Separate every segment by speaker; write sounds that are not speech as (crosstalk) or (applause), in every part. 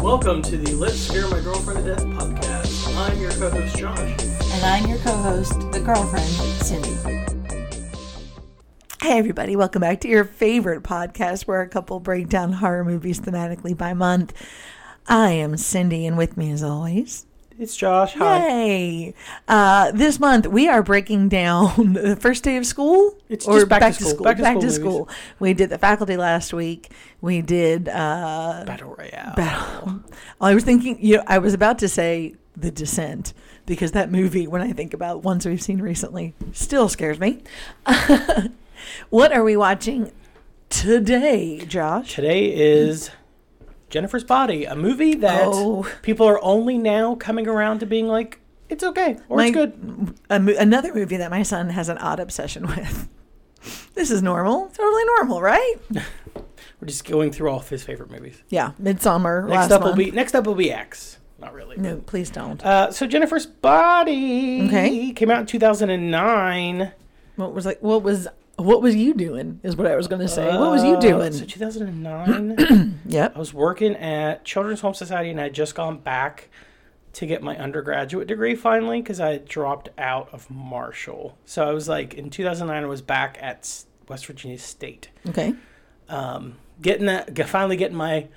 Speaker 1: Welcome to the Let's Scare My Girlfriend to Death podcast. I'm your co host, Josh.
Speaker 2: And I'm your co host, the girlfriend, Cindy.
Speaker 3: Hey, everybody, welcome back to your favorite podcast where a couple break down horror movies thematically by month. I am Cindy, and with me, as always,
Speaker 1: It's Josh. Hi.
Speaker 3: Yay! Uh, this month we are breaking down (laughs) the first day of school.
Speaker 1: It's just back to school.
Speaker 3: Back to school. We did the faculty last week. We did. Uh,
Speaker 1: Battle Royale.
Speaker 3: battle. um, I was thinking, you know, I was about to say The Descent because that movie, when I think about ones we've seen recently, still scares me. (laughs) what are we watching today, Josh?
Speaker 4: Today is Jennifer's Body, a movie that
Speaker 3: Oh.
Speaker 4: people are only now coming around to being like, it's okay or
Speaker 3: My-
Speaker 4: it's good.
Speaker 3: a mo- another movie that my son has an odd obsession (laughs) with. This is normal, totally normal, right?
Speaker 4: We're just going through all of his favorite movies.
Speaker 3: Yeah, Midsummer.
Speaker 4: Next
Speaker 3: last
Speaker 4: up will
Speaker 3: month.
Speaker 4: be next up will be X. Not really.
Speaker 3: no, please don't.
Speaker 4: Uh, so Jennifer's Body
Speaker 3: Okay.
Speaker 4: came out in 2009.
Speaker 3: What was like? What was? What was you doing? Is what I was going to say. what was you
Speaker 4: Uh,
Speaker 3: doing?
Speaker 4: So 2009, I
Speaker 3: Oh, yep.
Speaker 4: was working at Children's Home Society, and I had just gone back to get my undergraduate degree finally because I had dropped out of Marshall. So I was like, in 2009, I was back at S- West Virginia State,
Speaker 3: Okay.
Speaker 4: um, getting that, g- finally getting my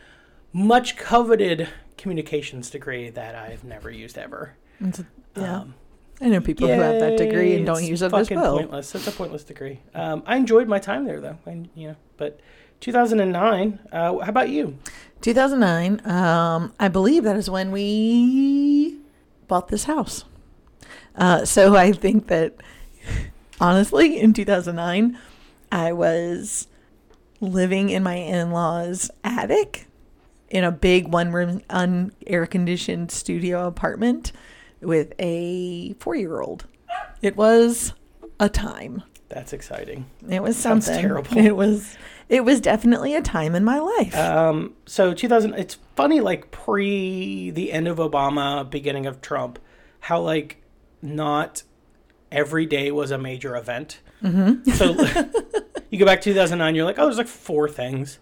Speaker 4: much coveted communications degree that I've never used ever.
Speaker 3: It's a- yeah.
Speaker 4: Um,
Speaker 3: I know people who have that degree and
Speaker 4: Yay,
Speaker 3: don't
Speaker 4: it's
Speaker 3: use it as
Speaker 4: fucking
Speaker 3: well.
Speaker 4: Pointless. It's a pointless degree. Um, I enjoyed my time there though. I, you know, but 2009. Uh, how about you?
Speaker 3: 2009, um, I believe that is when we bought this house. Uh, so I think that honestly, in 2009, I was living in my in law's attic in a big one room, un air conditioned studio apartment with a four year old. It was a time.
Speaker 4: That's exciting.
Speaker 3: It was
Speaker 4: Sounds
Speaker 3: something.
Speaker 4: terrible.
Speaker 3: It was it was definitely a time in my life.
Speaker 4: Um, so 2000. It's funny, like pre the end of Obama, beginning of Trump, how like not every day was a major event. Mm-hmm. So (laughs) you go back to 2009, you're like, oh, there's like four things.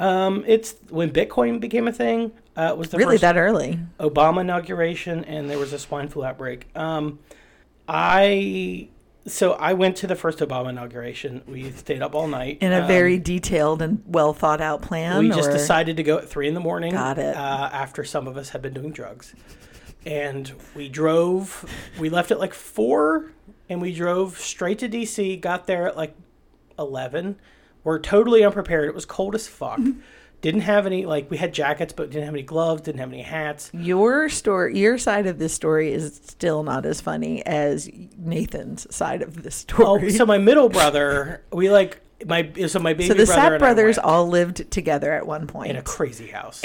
Speaker 4: Um, it's when Bitcoin became a thing. Uh, was the
Speaker 3: really
Speaker 4: first
Speaker 3: that early.
Speaker 4: Obama inauguration, and there was a swine flu outbreak. Um, I so I went to the first Obama inauguration. We stayed up all night
Speaker 3: In a
Speaker 4: Um,
Speaker 3: very detailed and well thought out plan.
Speaker 4: we just
Speaker 3: or-
Speaker 4: decided to go at three in the morning.
Speaker 3: Got it.
Speaker 4: Uh, after some of us had been doing drugs, and we drove. We left at like four, and we drove straight to DC. Got there at like eleven. We're totally unprepared. It was cold as
Speaker 3: (laughs)
Speaker 4: fuck. didn't have any like we had jackets, but didn't have any gloves. Didn't have any hats.
Speaker 3: Your story, your side of this story is still not as funny as Nathan's side of this story.
Speaker 4: Oh, so my middle brother, we like my so my baby
Speaker 3: So the
Speaker 4: brother
Speaker 3: Sapp
Speaker 4: and I
Speaker 3: brothers
Speaker 4: went
Speaker 3: all lived together at one point.
Speaker 4: in a crazy house.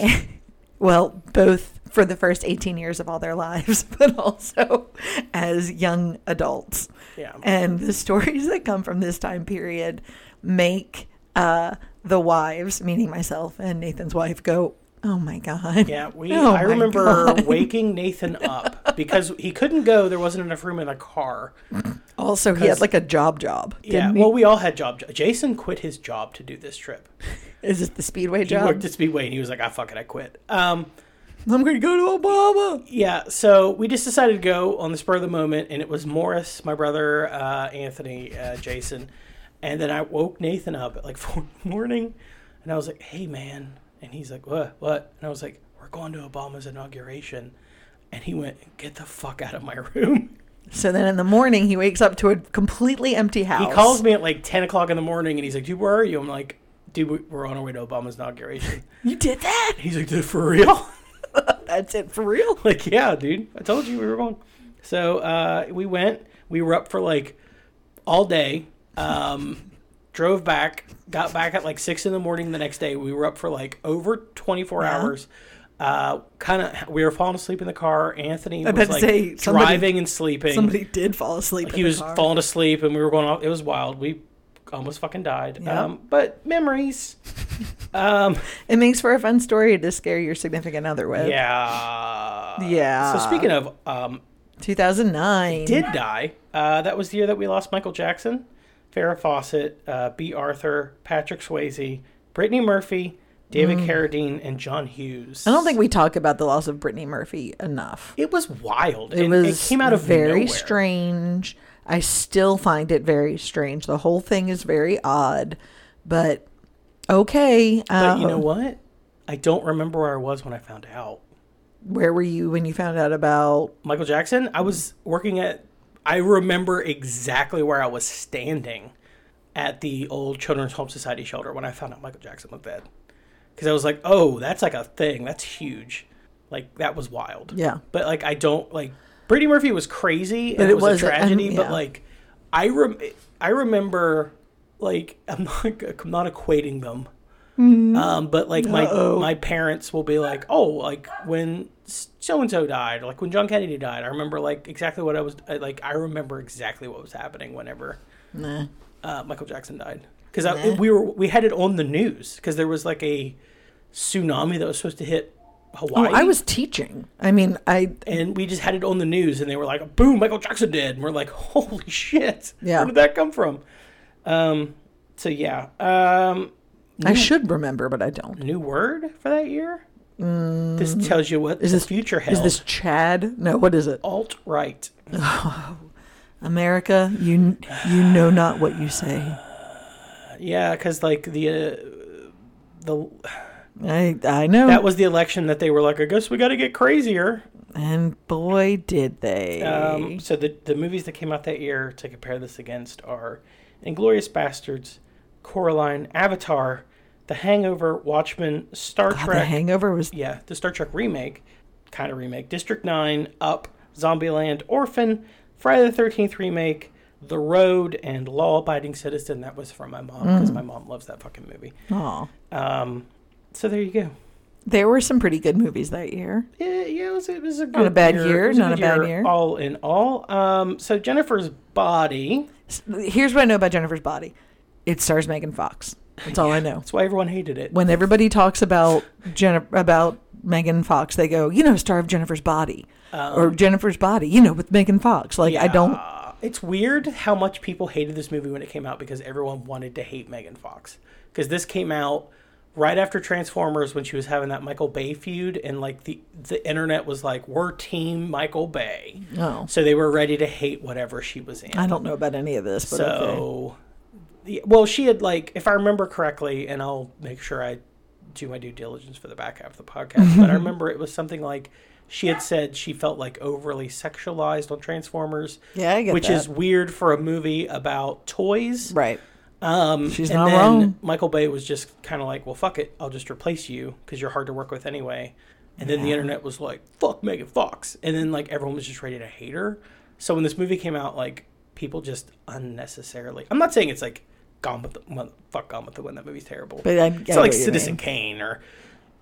Speaker 3: well, both for the first 18 years of all their (laughs) lives, but also as young adults.
Speaker 4: yeah.
Speaker 3: and the stories that come from this time period make uh, the wives, meaning myself and Nathan's wife, go, "Oh my god!"
Speaker 4: Yeah, we.
Speaker 3: (laughs) Oh
Speaker 4: I
Speaker 3: my
Speaker 4: remember
Speaker 3: God. (laughs)
Speaker 4: waking Nathan up because he couldn't go. There wasn't enough room in the car.
Speaker 3: Also, he had
Speaker 4: 'Cause-
Speaker 3: like a job job.
Speaker 4: Yeah.
Speaker 3: didn't he?
Speaker 4: Well, we all had job. Jason quit his job to do this trip.
Speaker 3: is this the Speedway
Speaker 4: He
Speaker 3: job?
Speaker 4: worked at Speedway and he was like, "I fuck it, I quit." Um.
Speaker 3: I'm going to go to Obama.
Speaker 4: Yeah. So we just decided to go on the spur of the moment, and it was Morris, my brother, uh, Anthony, uh, Jason, and then I woke Nathan up at like (laughs) four in the morning, and I was like, "Hey, man," and he's like, "What? What?" And I was like, "We're going to Obama's inauguration," and he went, "Get the fuck out of my (laughs) room."
Speaker 3: So then in the morning, he wakes up to a completely empty house.
Speaker 4: He calls me at like 10 o'clock in the morning and he's like, dude, where are you? I'm like, dude, we- we're on our way to Obama's inauguration.
Speaker 3: (laughs) You did that?
Speaker 4: He's like, dude, for real? (laughs)
Speaker 3: That's it for real.
Speaker 4: like, yeah, dude, I told you we were going. So uh, we went, we were up for like all day,
Speaker 3: (laughs)
Speaker 4: um, drove back, got back at like 6 in the morning the next day. We were up for like over 24
Speaker 3: Yeah.
Speaker 4: hours. Uh, kind of, we were falling asleep in the car. Anthony
Speaker 3: I
Speaker 4: was
Speaker 3: bet
Speaker 4: like
Speaker 3: say somebody-
Speaker 4: driving and sleeping.
Speaker 3: Somebody did fall asleep.
Speaker 4: Like
Speaker 3: in
Speaker 4: he
Speaker 3: the
Speaker 4: was
Speaker 3: car.
Speaker 4: falling asleep and we were going off it was wild we almost fucking died
Speaker 3: Yeah.
Speaker 4: um, but
Speaker 3: (laughs)
Speaker 4: memories um,
Speaker 3: It makes for a fun story to scare your significant other with.
Speaker 4: yeah
Speaker 3: Yeah.
Speaker 4: so speaking of um,
Speaker 3: 2009.
Speaker 4: did die uh, that was the year that we lost michael jackson farrah fawcett uh, b arthur patrick swayze brittany murphy David Carradine and John Hughes.
Speaker 3: Mm. I don't think we talk about the loss of Brittany Murphy enough.
Speaker 4: it was wild.
Speaker 3: It
Speaker 4: and
Speaker 3: was
Speaker 4: It came out of
Speaker 3: very
Speaker 4: nowhere.
Speaker 3: strange. I still find it very strange. The whole thing is very odd, but okay.
Speaker 4: But you
Speaker 3: um,
Speaker 4: know what? I don't remember where I was when I found out.
Speaker 3: Where were you when you found out about?
Speaker 4: Michael Jackson, I was working at, I remember exactly where I was standing at the old Children's Home Society shelter when I found out Michael Jackson was dead. Because I was like, oh, that's like a thing. That's huge. Like, that was wild.
Speaker 3: Yeah.
Speaker 4: But, like, I don't, like, Brady Murphy was crazy and
Speaker 3: But
Speaker 4: it,
Speaker 3: it
Speaker 4: was,
Speaker 3: was-
Speaker 4: a tragedy,
Speaker 3: and- yeah.
Speaker 4: but, like, I, rem- I remember, like, (laughs) I'm not, I'm not equating them.
Speaker 3: Mm-hmm.
Speaker 4: Um, but like my my parents will be like, oh, like when so and so died, or, like when John Kennedy died. I remember like exactly what I was I- like. I remember exactly what was happening whenever
Speaker 3: Nah.
Speaker 4: uh, Michael Jackson died because we were we had it on the news because there was like a tsunami that was supposed to hit
Speaker 3: Oh,
Speaker 4: Hawaii.
Speaker 3: I was teaching. I mean, I
Speaker 4: and we just had it on the news, and they were like, "Boom, Michael Jackson dead." And we're like, (laughs) "Holy shit!
Speaker 3: Yeah.
Speaker 4: where did that come from?" Um, so yeah, um,
Speaker 3: I should remember, but I don't.
Speaker 4: new word for that year. This tells you what
Speaker 3: Mm. Is
Speaker 4: the
Speaker 3: this-
Speaker 4: future held.
Speaker 3: Is this Chad? No, what is it?
Speaker 4: alt right?
Speaker 3: America, you you know not what you say.
Speaker 4: Yeah, because like the uh,
Speaker 3: Oh.
Speaker 4: the
Speaker 3: I I know.
Speaker 4: that was the election that they were like, I guess we got to get crazier.
Speaker 3: and boy, did they.
Speaker 4: Um, so the the movies that came out that year to compare this against are Inglorious Bastards, Coraline, Avatar, The Hangover, Watchmen, Star
Speaker 3: God, the
Speaker 4: Trek.
Speaker 3: Hangover was
Speaker 4: yeah, the Star Trek remake, kind of remake, District 9, Up, Zombieland, Orphan, Friday the 13th remake, The Road, and Law Abiding Citizen. That was from my mom because
Speaker 3: Mm.
Speaker 4: my mom loves that fucking movie.
Speaker 3: Aw.
Speaker 4: Um, so there you go.
Speaker 3: There were some pretty good movies that year.
Speaker 4: Yeah, yeah, it was, it was a good
Speaker 3: a bad year,
Speaker 4: It was
Speaker 3: not a
Speaker 4: good
Speaker 3: bad year.
Speaker 4: All in all. Um, so Jennifer's body.
Speaker 3: S- Here's what I know about Jennifer's body. It stars Megan Fox. That's all I know.
Speaker 4: That's why everyone hated it.
Speaker 3: When everybody talks about Jennifer about Megan Fox, they go, you know, star of Jennifer's body.
Speaker 4: Oh.
Speaker 3: or Jennifer's body, you know, with Megan Fox. Like I don't
Speaker 4: Yeah. Uh, It's weird how much people hated this movie when it came out because everyone wanted to hate Megan Fox. Because this came out right after Transformers when she was having that Michael Bay feud, and like the the internet was like, "We're Team Michael Bay,"
Speaker 3: no.
Speaker 4: so they were ready to hate whatever she was in.
Speaker 3: I don't know about any of this, but okay.
Speaker 4: So, the- well, she had like, if I remember correctly, and I'll make sure I do my due diligence for the back half of the podcast,
Speaker 3: (laughs)
Speaker 4: but I remember it was something like she had said she felt like overly sexualized on Transformers.
Speaker 3: Yeah, I get
Speaker 4: which
Speaker 3: that.
Speaker 4: is weird for a movie about toys.
Speaker 3: Right.
Speaker 4: Um,
Speaker 3: She's
Speaker 4: and
Speaker 3: not
Speaker 4: then
Speaker 3: wrong.
Speaker 4: Michael Bay was just kind of like, well, fuck it, I'll just replace you because you're hard to work with anyway. And then the internet was like, fuck Megan Fox, and then like everyone was just ready to hate her. So when this movie came out, like people just unnecessarily. I'm not saying it's like Gone with the well, fuck Gone with the Wind. That movie's terrible.
Speaker 3: But I- I
Speaker 4: it's
Speaker 3: get
Speaker 4: not like
Speaker 3: what you
Speaker 4: Citizen
Speaker 3: mean.
Speaker 4: Kane or,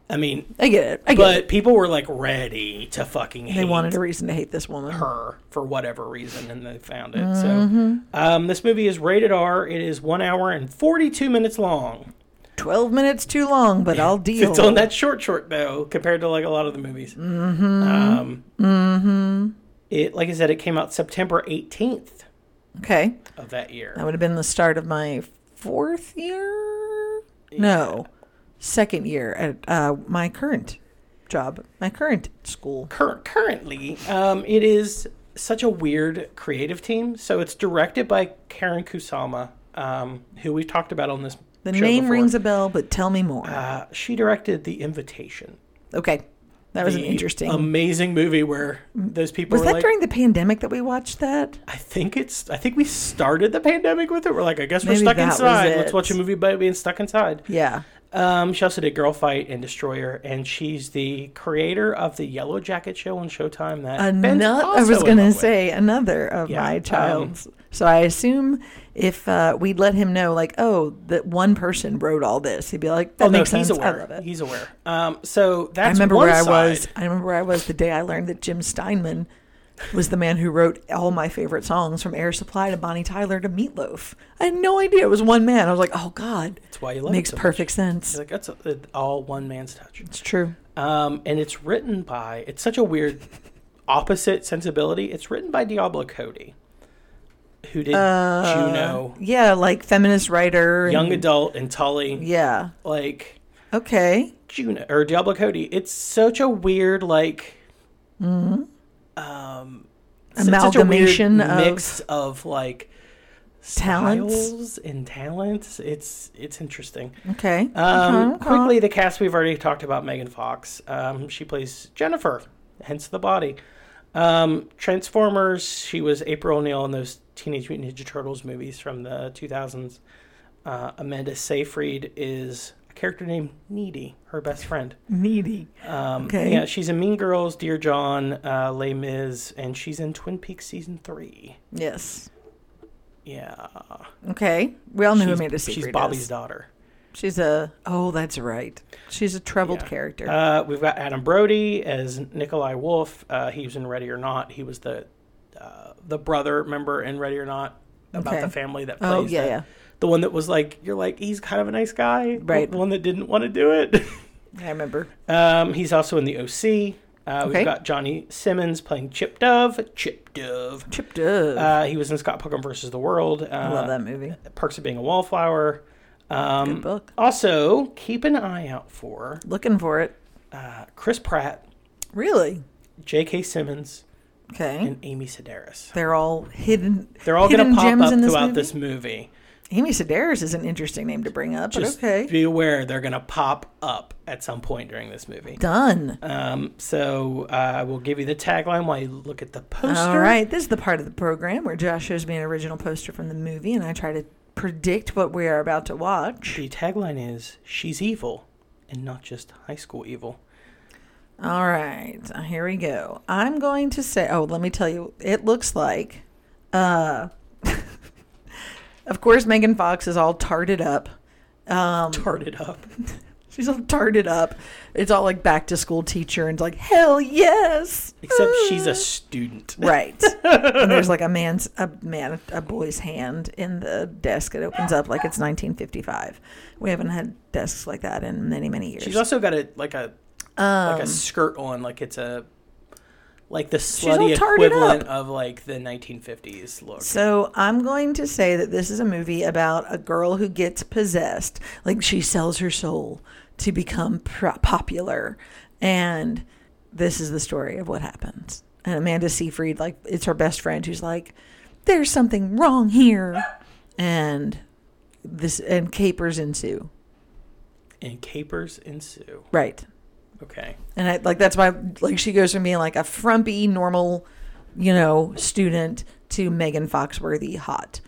Speaker 4: I mean,
Speaker 3: I get it. I get it.
Speaker 4: but people were like ready to fucking. Hate
Speaker 3: They wanted a reason to hate this woman.
Speaker 4: her for whatever reason, and they found it.
Speaker 3: Mm-hmm.
Speaker 4: So, um, this movie is rated R. It is one hour and forty-two minutes long.
Speaker 3: 12 minutes too long, but I'll deal.
Speaker 4: It's on that short, short though, compared to like a lot of the movies. Mm-hmm. Um,
Speaker 3: Mm-hmm.
Speaker 4: It, like I said, it came out September eighteenth
Speaker 3: Okay.
Speaker 4: of that year.
Speaker 3: That would have been the start of my fourth year. No, second year at uh, my current job, my current school.
Speaker 4: Cur- currently, um, it is such a weird creative team. So it's directed by Karen Kusama, um, who we've talked about on this.
Speaker 3: The
Speaker 4: show
Speaker 3: name
Speaker 4: before.
Speaker 3: rings a bell, but tell me more.
Speaker 4: Uh, she directed The Invitation.
Speaker 3: okay, that was an
Speaker 4: the
Speaker 3: interesting. Mm.
Speaker 4: amazing movie where those people
Speaker 3: was
Speaker 4: were
Speaker 3: that
Speaker 4: like,
Speaker 3: during the pandemic that we watched that?
Speaker 4: I think it's, I think we started the pandemic with it. We're like, I guess we're
Speaker 3: Maybe
Speaker 4: stuck
Speaker 3: that was
Speaker 4: inside. Let's
Speaker 3: it.
Speaker 4: watch a movie about being stuck inside.
Speaker 3: Yeah.
Speaker 4: Um, she also did Girl Fight and Destroyer, and she's the creator of the Yellow Jacket show on Showtime. That Uh, Ben's
Speaker 3: Another. I
Speaker 4: also
Speaker 3: was
Speaker 4: in love
Speaker 3: gonna
Speaker 4: with.
Speaker 3: say another of
Speaker 4: Yeah,
Speaker 3: my
Speaker 4: um,
Speaker 3: child's. so I assume if uh, we'd let him know, like, oh, that one person wrote all this, he'd be like, that
Speaker 4: Oh, no,
Speaker 3: makes
Speaker 4: he's
Speaker 3: sense. Uh,
Speaker 4: aware.
Speaker 3: I love it.
Speaker 4: He's aware. Um, so that's
Speaker 3: I remember
Speaker 4: one
Speaker 3: where
Speaker 4: side.
Speaker 3: I was. I remember where I was the day I learned that Jim Steinman was the man who wrote all my favorite songs from Air Supply to Bonnie Tyler to Meatloaf. I had no idea it was one man. I was like, oh God,
Speaker 4: That's why you love it
Speaker 3: makes
Speaker 4: so much.
Speaker 3: perfect sense.
Speaker 4: She's like that's a, it- all one man's touch.
Speaker 3: It's true.
Speaker 4: Um, and it's written by, it's such a
Speaker 3: (laughs)
Speaker 4: weird opposite sensibility. It's written by Diablo Cody, who did Juno,
Speaker 3: Uh, Yeah, like feminist writer. and-
Speaker 4: Young Adult, and Tully.
Speaker 3: Yeah,
Speaker 4: Like,
Speaker 3: Okay.
Speaker 4: Juno or Diablo Cody. It's such a weird like um it's such a weird
Speaker 3: Mm-hmm. Amalgamation of-
Speaker 4: mix of like
Speaker 3: Talents.
Speaker 4: styles and talents. It's it's interesting.
Speaker 3: Okay. Uh-huh,
Speaker 4: Um,
Speaker 3: Okay.
Speaker 4: quickly, the cast we've already talked about Megan Fox. Um, she plays Jennifer, hence the body. Um, Transformers, she was April O'Neil in those Teenage Mutant Ninja Turtles movies from the 2000s. Uh, Amanda Seyfried is a character named Needy, her best friend.
Speaker 3: Needy.
Speaker 4: Um,
Speaker 3: Okay.
Speaker 4: Yeah, she's in Mean Girls, Dear John, uh, Les Mis, and she's in Twin Peaks Season 3.
Speaker 3: Yes.
Speaker 4: Yeah.
Speaker 3: Okay. We all know who
Speaker 4: she's,
Speaker 3: Amanda
Speaker 4: she's
Speaker 3: Seyfried is.
Speaker 4: Bobby's daughter.
Speaker 3: She's a. Oh, that's right. She's a troubled
Speaker 4: Yeah.
Speaker 3: character.
Speaker 4: Uh, we've got Adam Brody as Nikolai Wolf. Uh, he was in Ready or Not. He was the uh, the brother member in Ready or Not about
Speaker 3: Okay.
Speaker 4: the family that plays
Speaker 3: Oh, yeah,
Speaker 4: the,
Speaker 3: yeah.
Speaker 4: the one that was like you're like he's kind of a nice guy, the-
Speaker 3: Right.
Speaker 4: The one that didn't want to do it. (laughs)
Speaker 3: I remember.
Speaker 4: um, he's also in the OC. Uh,
Speaker 3: Okay.
Speaker 4: We've got Johnny Simmons playing Chip Dove. Chip Dove.
Speaker 3: Chip Dove.
Speaker 4: Uh, he was in Scott Pilgrim versus the World. Uh,
Speaker 3: I love that movie.
Speaker 4: Perks of Being a Wallflower. Um,
Speaker 3: Good book.
Speaker 4: Also, keep an eye out for
Speaker 3: Looking for it.
Speaker 4: uh, Chris Pratt
Speaker 3: Really?
Speaker 4: J.K. Simmons
Speaker 3: Okay.
Speaker 4: and Amy Sedaris.
Speaker 3: They're all hidden.
Speaker 4: They're all going
Speaker 3: Hmm? hidden
Speaker 4: to pop
Speaker 3: gems
Speaker 4: up
Speaker 3: in this
Speaker 4: throughout
Speaker 3: movie?
Speaker 4: this movie.
Speaker 3: Amy Sedaris is an interesting name to bring up,
Speaker 4: Just
Speaker 3: but okay.
Speaker 4: be aware they're going to pop up at some point during this movie.
Speaker 3: Done.
Speaker 4: Um, so uh, I will give you the tagline while you look at the poster.
Speaker 3: All right. This is the part of the program where Josh shows me an original poster from the movie, and I try to predict what we are about to watch.
Speaker 4: The tagline is "She's evil, and not just high school evil."
Speaker 3: All right, Uh, here we go. I'm going to say, oh, let me tell you, it looks like, uh, (laughs) of course, Megan Fox is all tarted up. Um,
Speaker 4: Tart it up.
Speaker 3: she's all tarted up. It's all like back to school teacher and like, hell yes.
Speaker 4: Except she's a student.
Speaker 3: (laughs) Right. and there's like a man's, a man, a boy's hand in the desk. It opens up like it's 1955. We haven't had desks like that in many, many years.
Speaker 4: She's also got a like a
Speaker 3: um,
Speaker 4: like a skirt on, like it's a like the
Speaker 3: all
Speaker 4: slutty
Speaker 3: tarted
Speaker 4: equivalent of like the 1950s look.
Speaker 3: So I'm going to say that this is a movie about a girl who gets possessed. Like she sells her soul to become pro- popular, and this is the story of what happens. And Amanda Seyfried, like it's her best friend, who's like, "There's something wrong here," and this and capers ensue.
Speaker 4: and capers ensue.
Speaker 3: Right.
Speaker 4: Okay.
Speaker 3: And I like that's why like she goes from being like a frumpy normal, you know, student to Megan Foxworthy hot.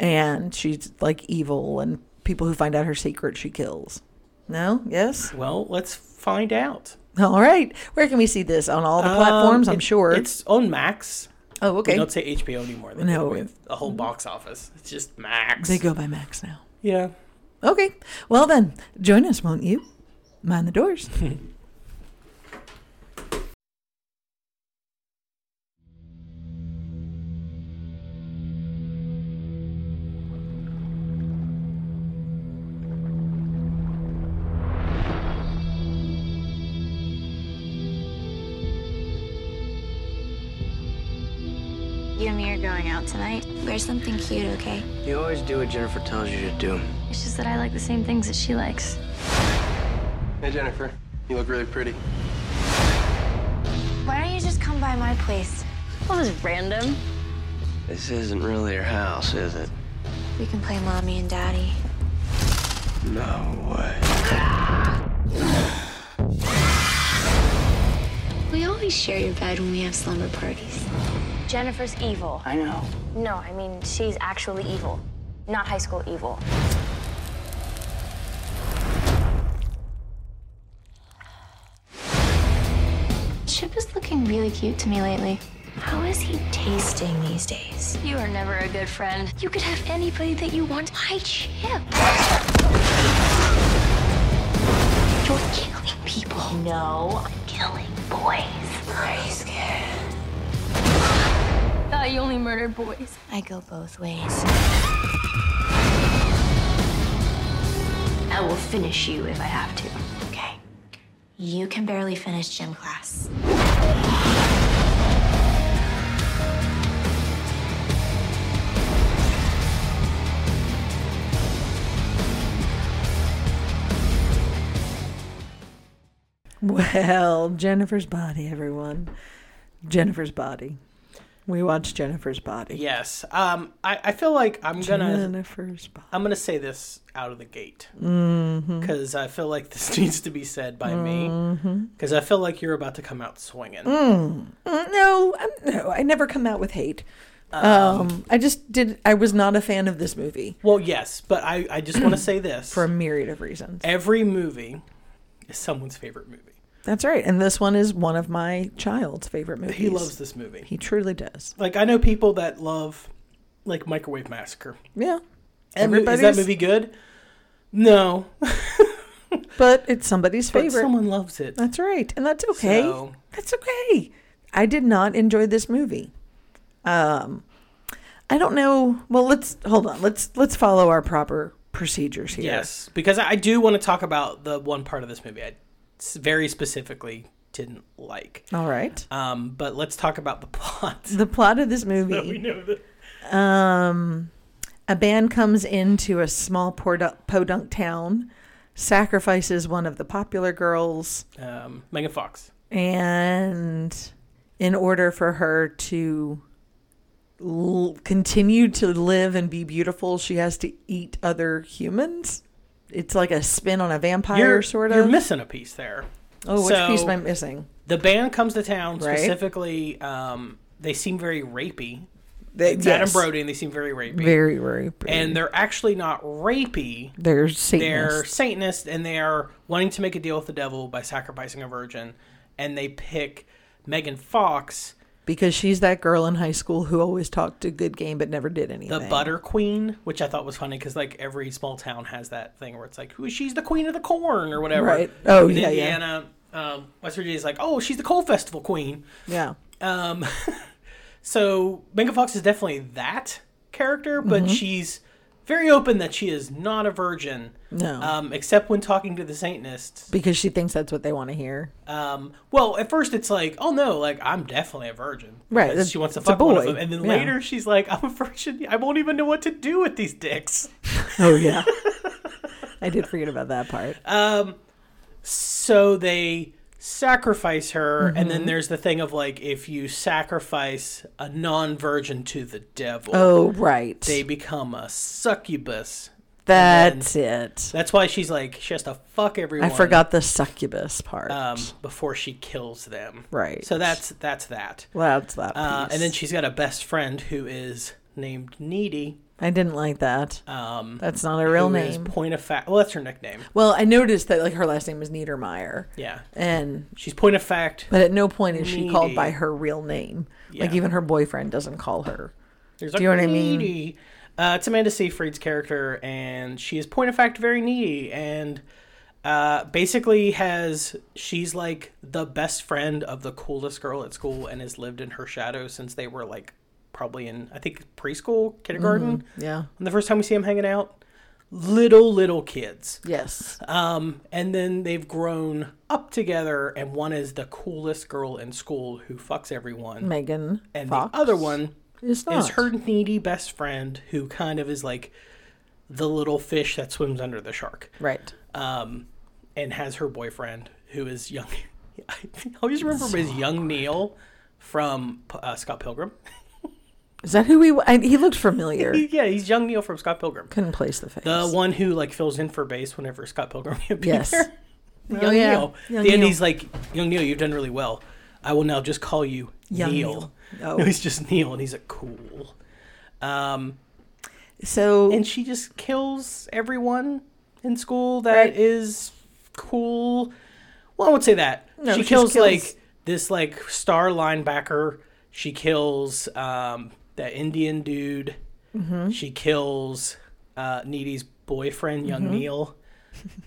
Speaker 3: And she's like evil and people who find out her secret she kills. No? Yes?
Speaker 4: Well, let's find out.
Speaker 3: All right. Where can we see this? On all the
Speaker 4: Um,
Speaker 3: platforms, I'm
Speaker 4: it-
Speaker 3: sure.
Speaker 4: It's on Max.
Speaker 3: oh,
Speaker 4: Okay.
Speaker 3: okay.
Speaker 4: don't say HBO anymore. They
Speaker 3: No.
Speaker 4: no. With a whole box office. It's just Max.
Speaker 3: They go by Max now.
Speaker 4: Yeah.
Speaker 3: Okay. Well then, join us, won't you? Mind the doors. (laughs)
Speaker 5: You and me are going out tonight. Wear something cute, okay?
Speaker 6: You always do what Jennifer tells you to do.
Speaker 5: It's just that I like the same things that she likes.
Speaker 7: Hey, Jennifer. You look really pretty.
Speaker 5: Why don't you just come by my place? Well, this is random.
Speaker 6: This isn't really your house, is it?
Speaker 5: We can play mommy and daddy.
Speaker 6: No way.
Speaker 5: We always share your bed when we have slumber parties.
Speaker 8: Jennifer's evil.
Speaker 6: I know.
Speaker 8: No, I mean, she's actually evil, not high school evil.
Speaker 5: Chip is looking really cute to me lately. How is he tasting these days?
Speaker 8: You are never a good friend.
Speaker 5: You could have anybody that you want. Why Chip? You're killing people.
Speaker 8: No.
Speaker 5: Killing boys. Are you scared?
Speaker 8: Thought you only murdered boys.
Speaker 5: I go both ways.
Speaker 8: I will finish you if I have to.
Speaker 5: Okay. You can barely finish gym class.
Speaker 3: Well, Jennifer's body, everyone. Jennifer's body. We watched Jennifer's body.
Speaker 4: Yes. Um, I, I feel like I'm gonna
Speaker 3: Jennifer's body.
Speaker 4: I'm gonna say this out of the gate
Speaker 3: Mm-hmm.
Speaker 4: because I feel like this (laughs) needs to be said by me because I feel like you're about to come out swinging.
Speaker 3: Mm, No, um, no, I never come out with hate. Um, I just did. I was not a fan of this movie
Speaker 4: Well, yes, but I I just
Speaker 3: (clears throat)
Speaker 4: want to say this
Speaker 3: for a myriad of reasons.
Speaker 4: every movie is someone's favorite movie.
Speaker 3: That's right, and this one is one of my child's favorite movies.
Speaker 4: He loves this movie.
Speaker 3: He truly does.
Speaker 4: like I know people that love like Microwave Massacre.
Speaker 3: Yeah,
Speaker 4: That mo- is that movie good? No,
Speaker 3: but it's somebody's
Speaker 4: but
Speaker 3: favorite.
Speaker 4: someone loves it.
Speaker 3: That's right, and that's okay.
Speaker 4: So-
Speaker 3: That's okay. I did not enjoy this movie. Um, I don't know. Well, let's hold on. Let's let's follow our proper procedures here.
Speaker 4: Yes, because I I do want to talk about the one part of this movie I s- very specifically didn't like.
Speaker 3: All right.
Speaker 4: Um, but let's talk about the (laughs) plot.
Speaker 3: The
Speaker 4: (laughs)
Speaker 3: plot of this movie.
Speaker 4: we know that.
Speaker 3: um, a band comes into a small pordu- podunk town, sacrifices one of the popular girls,
Speaker 4: Um, Megan Fox.
Speaker 3: and in order for her to l- continue to live and be beautiful, she has to eat other humans. It's like a spin on a vampire,
Speaker 4: You're
Speaker 3: sort
Speaker 4: You're
Speaker 3: of.
Speaker 4: missing a piece there.
Speaker 3: oh, which piece
Speaker 4: so-
Speaker 3: am I missing?
Speaker 4: The band comes to town
Speaker 3: Right.
Speaker 4: specifically. Um, they seem very rapey.
Speaker 3: They-
Speaker 4: It's Adam
Speaker 3: yes.
Speaker 4: Brody, and they seem very rapey.
Speaker 3: Very, very.
Speaker 4: and they're actually not rapey.
Speaker 3: they're
Speaker 4: They're
Speaker 3: Satanists.
Speaker 4: Satanists, and they are wanting to make a deal with the devil by sacrificing a virgin. And they pick Megan Fox,
Speaker 3: because she's that girl in high school who always talked a good game but never did anything.
Speaker 4: the butter queen, which I thought was funny because like every small town has that thing where it's like, "Ooh, she's the queen of the corn" or whatever.
Speaker 3: Right. Oh,
Speaker 4: In
Speaker 3: yeah, yeah.
Speaker 4: Indiana, Um, West Virginia's like, "Oh, she's the coal festival queen."
Speaker 3: Yeah.
Speaker 4: Um, (laughs) so Megan Fox is definitely that character, but she's very open that she is not a virgin.
Speaker 3: No.
Speaker 4: Um, except when talking to the Satanists.
Speaker 3: Because she thinks that's what they want to hear.
Speaker 4: Um, well, at first it's like, oh no, like I'm definitely a virgin.
Speaker 3: Right,
Speaker 4: Because She wants to
Speaker 3: it's a
Speaker 4: fuck one of
Speaker 3: boy,
Speaker 4: them. And then
Speaker 3: yeah.
Speaker 4: later she's like, I'm a virgin. I won't even know what to do with these dicks.
Speaker 3: Oh yeah. (laughs) I did forget about that part.
Speaker 4: So they sacrifice her. And then there's the thing of like, if you sacrifice a non virgin to the devil,
Speaker 3: oh right.
Speaker 4: they become a succubus.
Speaker 3: that's it.
Speaker 4: That's why she's like, she has to fuck everyone.
Speaker 3: I forgot the succubus part.
Speaker 4: Um, before she kills them.
Speaker 3: Right.
Speaker 4: So that's that's that.
Speaker 3: well, that's that.
Speaker 4: Uh,
Speaker 3: piece.
Speaker 4: and then she's got a best friend who is named Needy.
Speaker 3: I didn't like that.
Speaker 4: Um,
Speaker 3: That's not a real
Speaker 4: who is
Speaker 3: name.
Speaker 4: Point of fact. Well, that's her nickname.
Speaker 3: well, I noticed that like her last name was Niedermeyer,
Speaker 4: Yeah,
Speaker 3: and
Speaker 4: she's point of fact.
Speaker 3: but at no point is she called
Speaker 4: Needy.
Speaker 3: by her real name. Like
Speaker 4: Yeah.
Speaker 3: even her boyfriend doesn't call her.
Speaker 4: There's
Speaker 3: you know what I mean?
Speaker 4: Needy. Uh, it's Amanda Seyfried's character, and she is point of fact very needy, and uh, basically has she's like the best friend of the coolest girl at school, and has lived in her shadow since they were like probably in I think preschool, kindergarten.
Speaker 3: Yeah.
Speaker 4: And the first time we see them hanging out, little little kids.
Speaker 3: Yes.
Speaker 4: Um, and then they've grown up together, and one is the coolest girl in school who fucks everyone,
Speaker 3: Megan
Speaker 4: and
Speaker 3: Fox.
Speaker 4: the other one
Speaker 3: is not.
Speaker 4: is her needy best friend who kind of is like the little fish that swims under the shark,
Speaker 3: Right.
Speaker 4: um, and has her boyfriend who is young. (laughs) I always remember him as young Neil from uh, Scott Pilgrim. (laughs)
Speaker 3: Is that who we? I, he looked familiar.
Speaker 4: yeah, he's young Neil from Scott Pilgrim.
Speaker 3: Couldn't place the face.
Speaker 4: The one who like fills in for bass whenever Scott Pilgrim (laughs) can't be
Speaker 3: Yes.
Speaker 4: there.
Speaker 3: Young
Speaker 4: Young
Speaker 3: Neil.
Speaker 4: Neil.
Speaker 3: Young
Speaker 4: the end,
Speaker 3: Neil.
Speaker 4: he's like, Young Neil, you've done really well. I will now just call you
Speaker 3: Young
Speaker 4: Neil.
Speaker 3: Neil. Oh.
Speaker 4: (laughs) No, he's just Neil, and he's like, cool. Um,
Speaker 3: So
Speaker 4: and she just kills everyone in school that is
Speaker 3: Right.
Speaker 4: cool. Well, I won't say that.
Speaker 3: No,
Speaker 4: she
Speaker 3: she just
Speaker 4: kills,
Speaker 3: kills-
Speaker 4: like this like star linebacker. She kills um, that Indian dude.
Speaker 3: Mm-hmm.
Speaker 4: She kills uh, Needy's boyfriend, young
Speaker 3: Mm-hmm.
Speaker 4: Neil.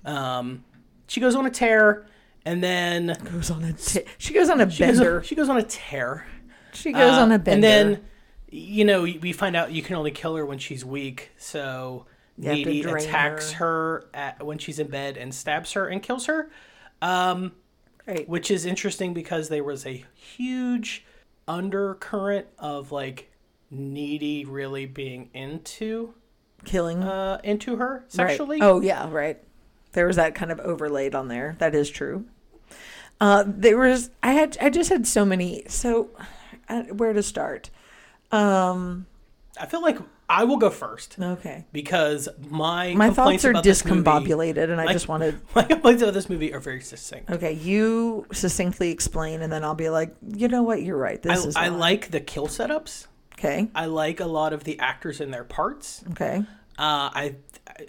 Speaker 4: Um, she goes on a tear, and then
Speaker 3: goes on a t- she goes on a
Speaker 4: she goes on-
Speaker 3: bender.
Speaker 4: she goes on a tear.
Speaker 3: she goes on
Speaker 4: Uh,
Speaker 3: a bender.
Speaker 4: And then, you know, we find out you can only kill her when she's weak. So
Speaker 3: have to
Speaker 4: Needy
Speaker 3: drain
Speaker 4: attacks her, at, when she's in bed and stabs her and kills her,
Speaker 3: right.
Speaker 4: which is interesting because there was a huge undercurrent of like Needy really being into
Speaker 3: killing
Speaker 4: uh, into her
Speaker 3: Right.
Speaker 4: sexually.
Speaker 3: Oh yeah, right. There was that kind of overlaid on there. That is true. Uh, there was I had I just had so many. So I, where to start? Um,
Speaker 4: I feel like I will go first
Speaker 3: okay.
Speaker 4: because my
Speaker 3: My
Speaker 4: complaints
Speaker 3: thoughts are
Speaker 4: about this movie-
Speaker 3: discombobulated, Oh, and I
Speaker 4: Like-
Speaker 3: just wanted.
Speaker 4: (laughs) my complaints about this movie are very succinct.
Speaker 3: Okay, you succinctly explain, and then I'll be like, you know what? You're right. This
Speaker 4: I,
Speaker 3: is
Speaker 4: I
Speaker 3: not-
Speaker 4: like the kill setups.
Speaker 3: Okay.
Speaker 4: I like a lot of the actors and their parts.
Speaker 3: Okay.
Speaker 4: Uh, I, I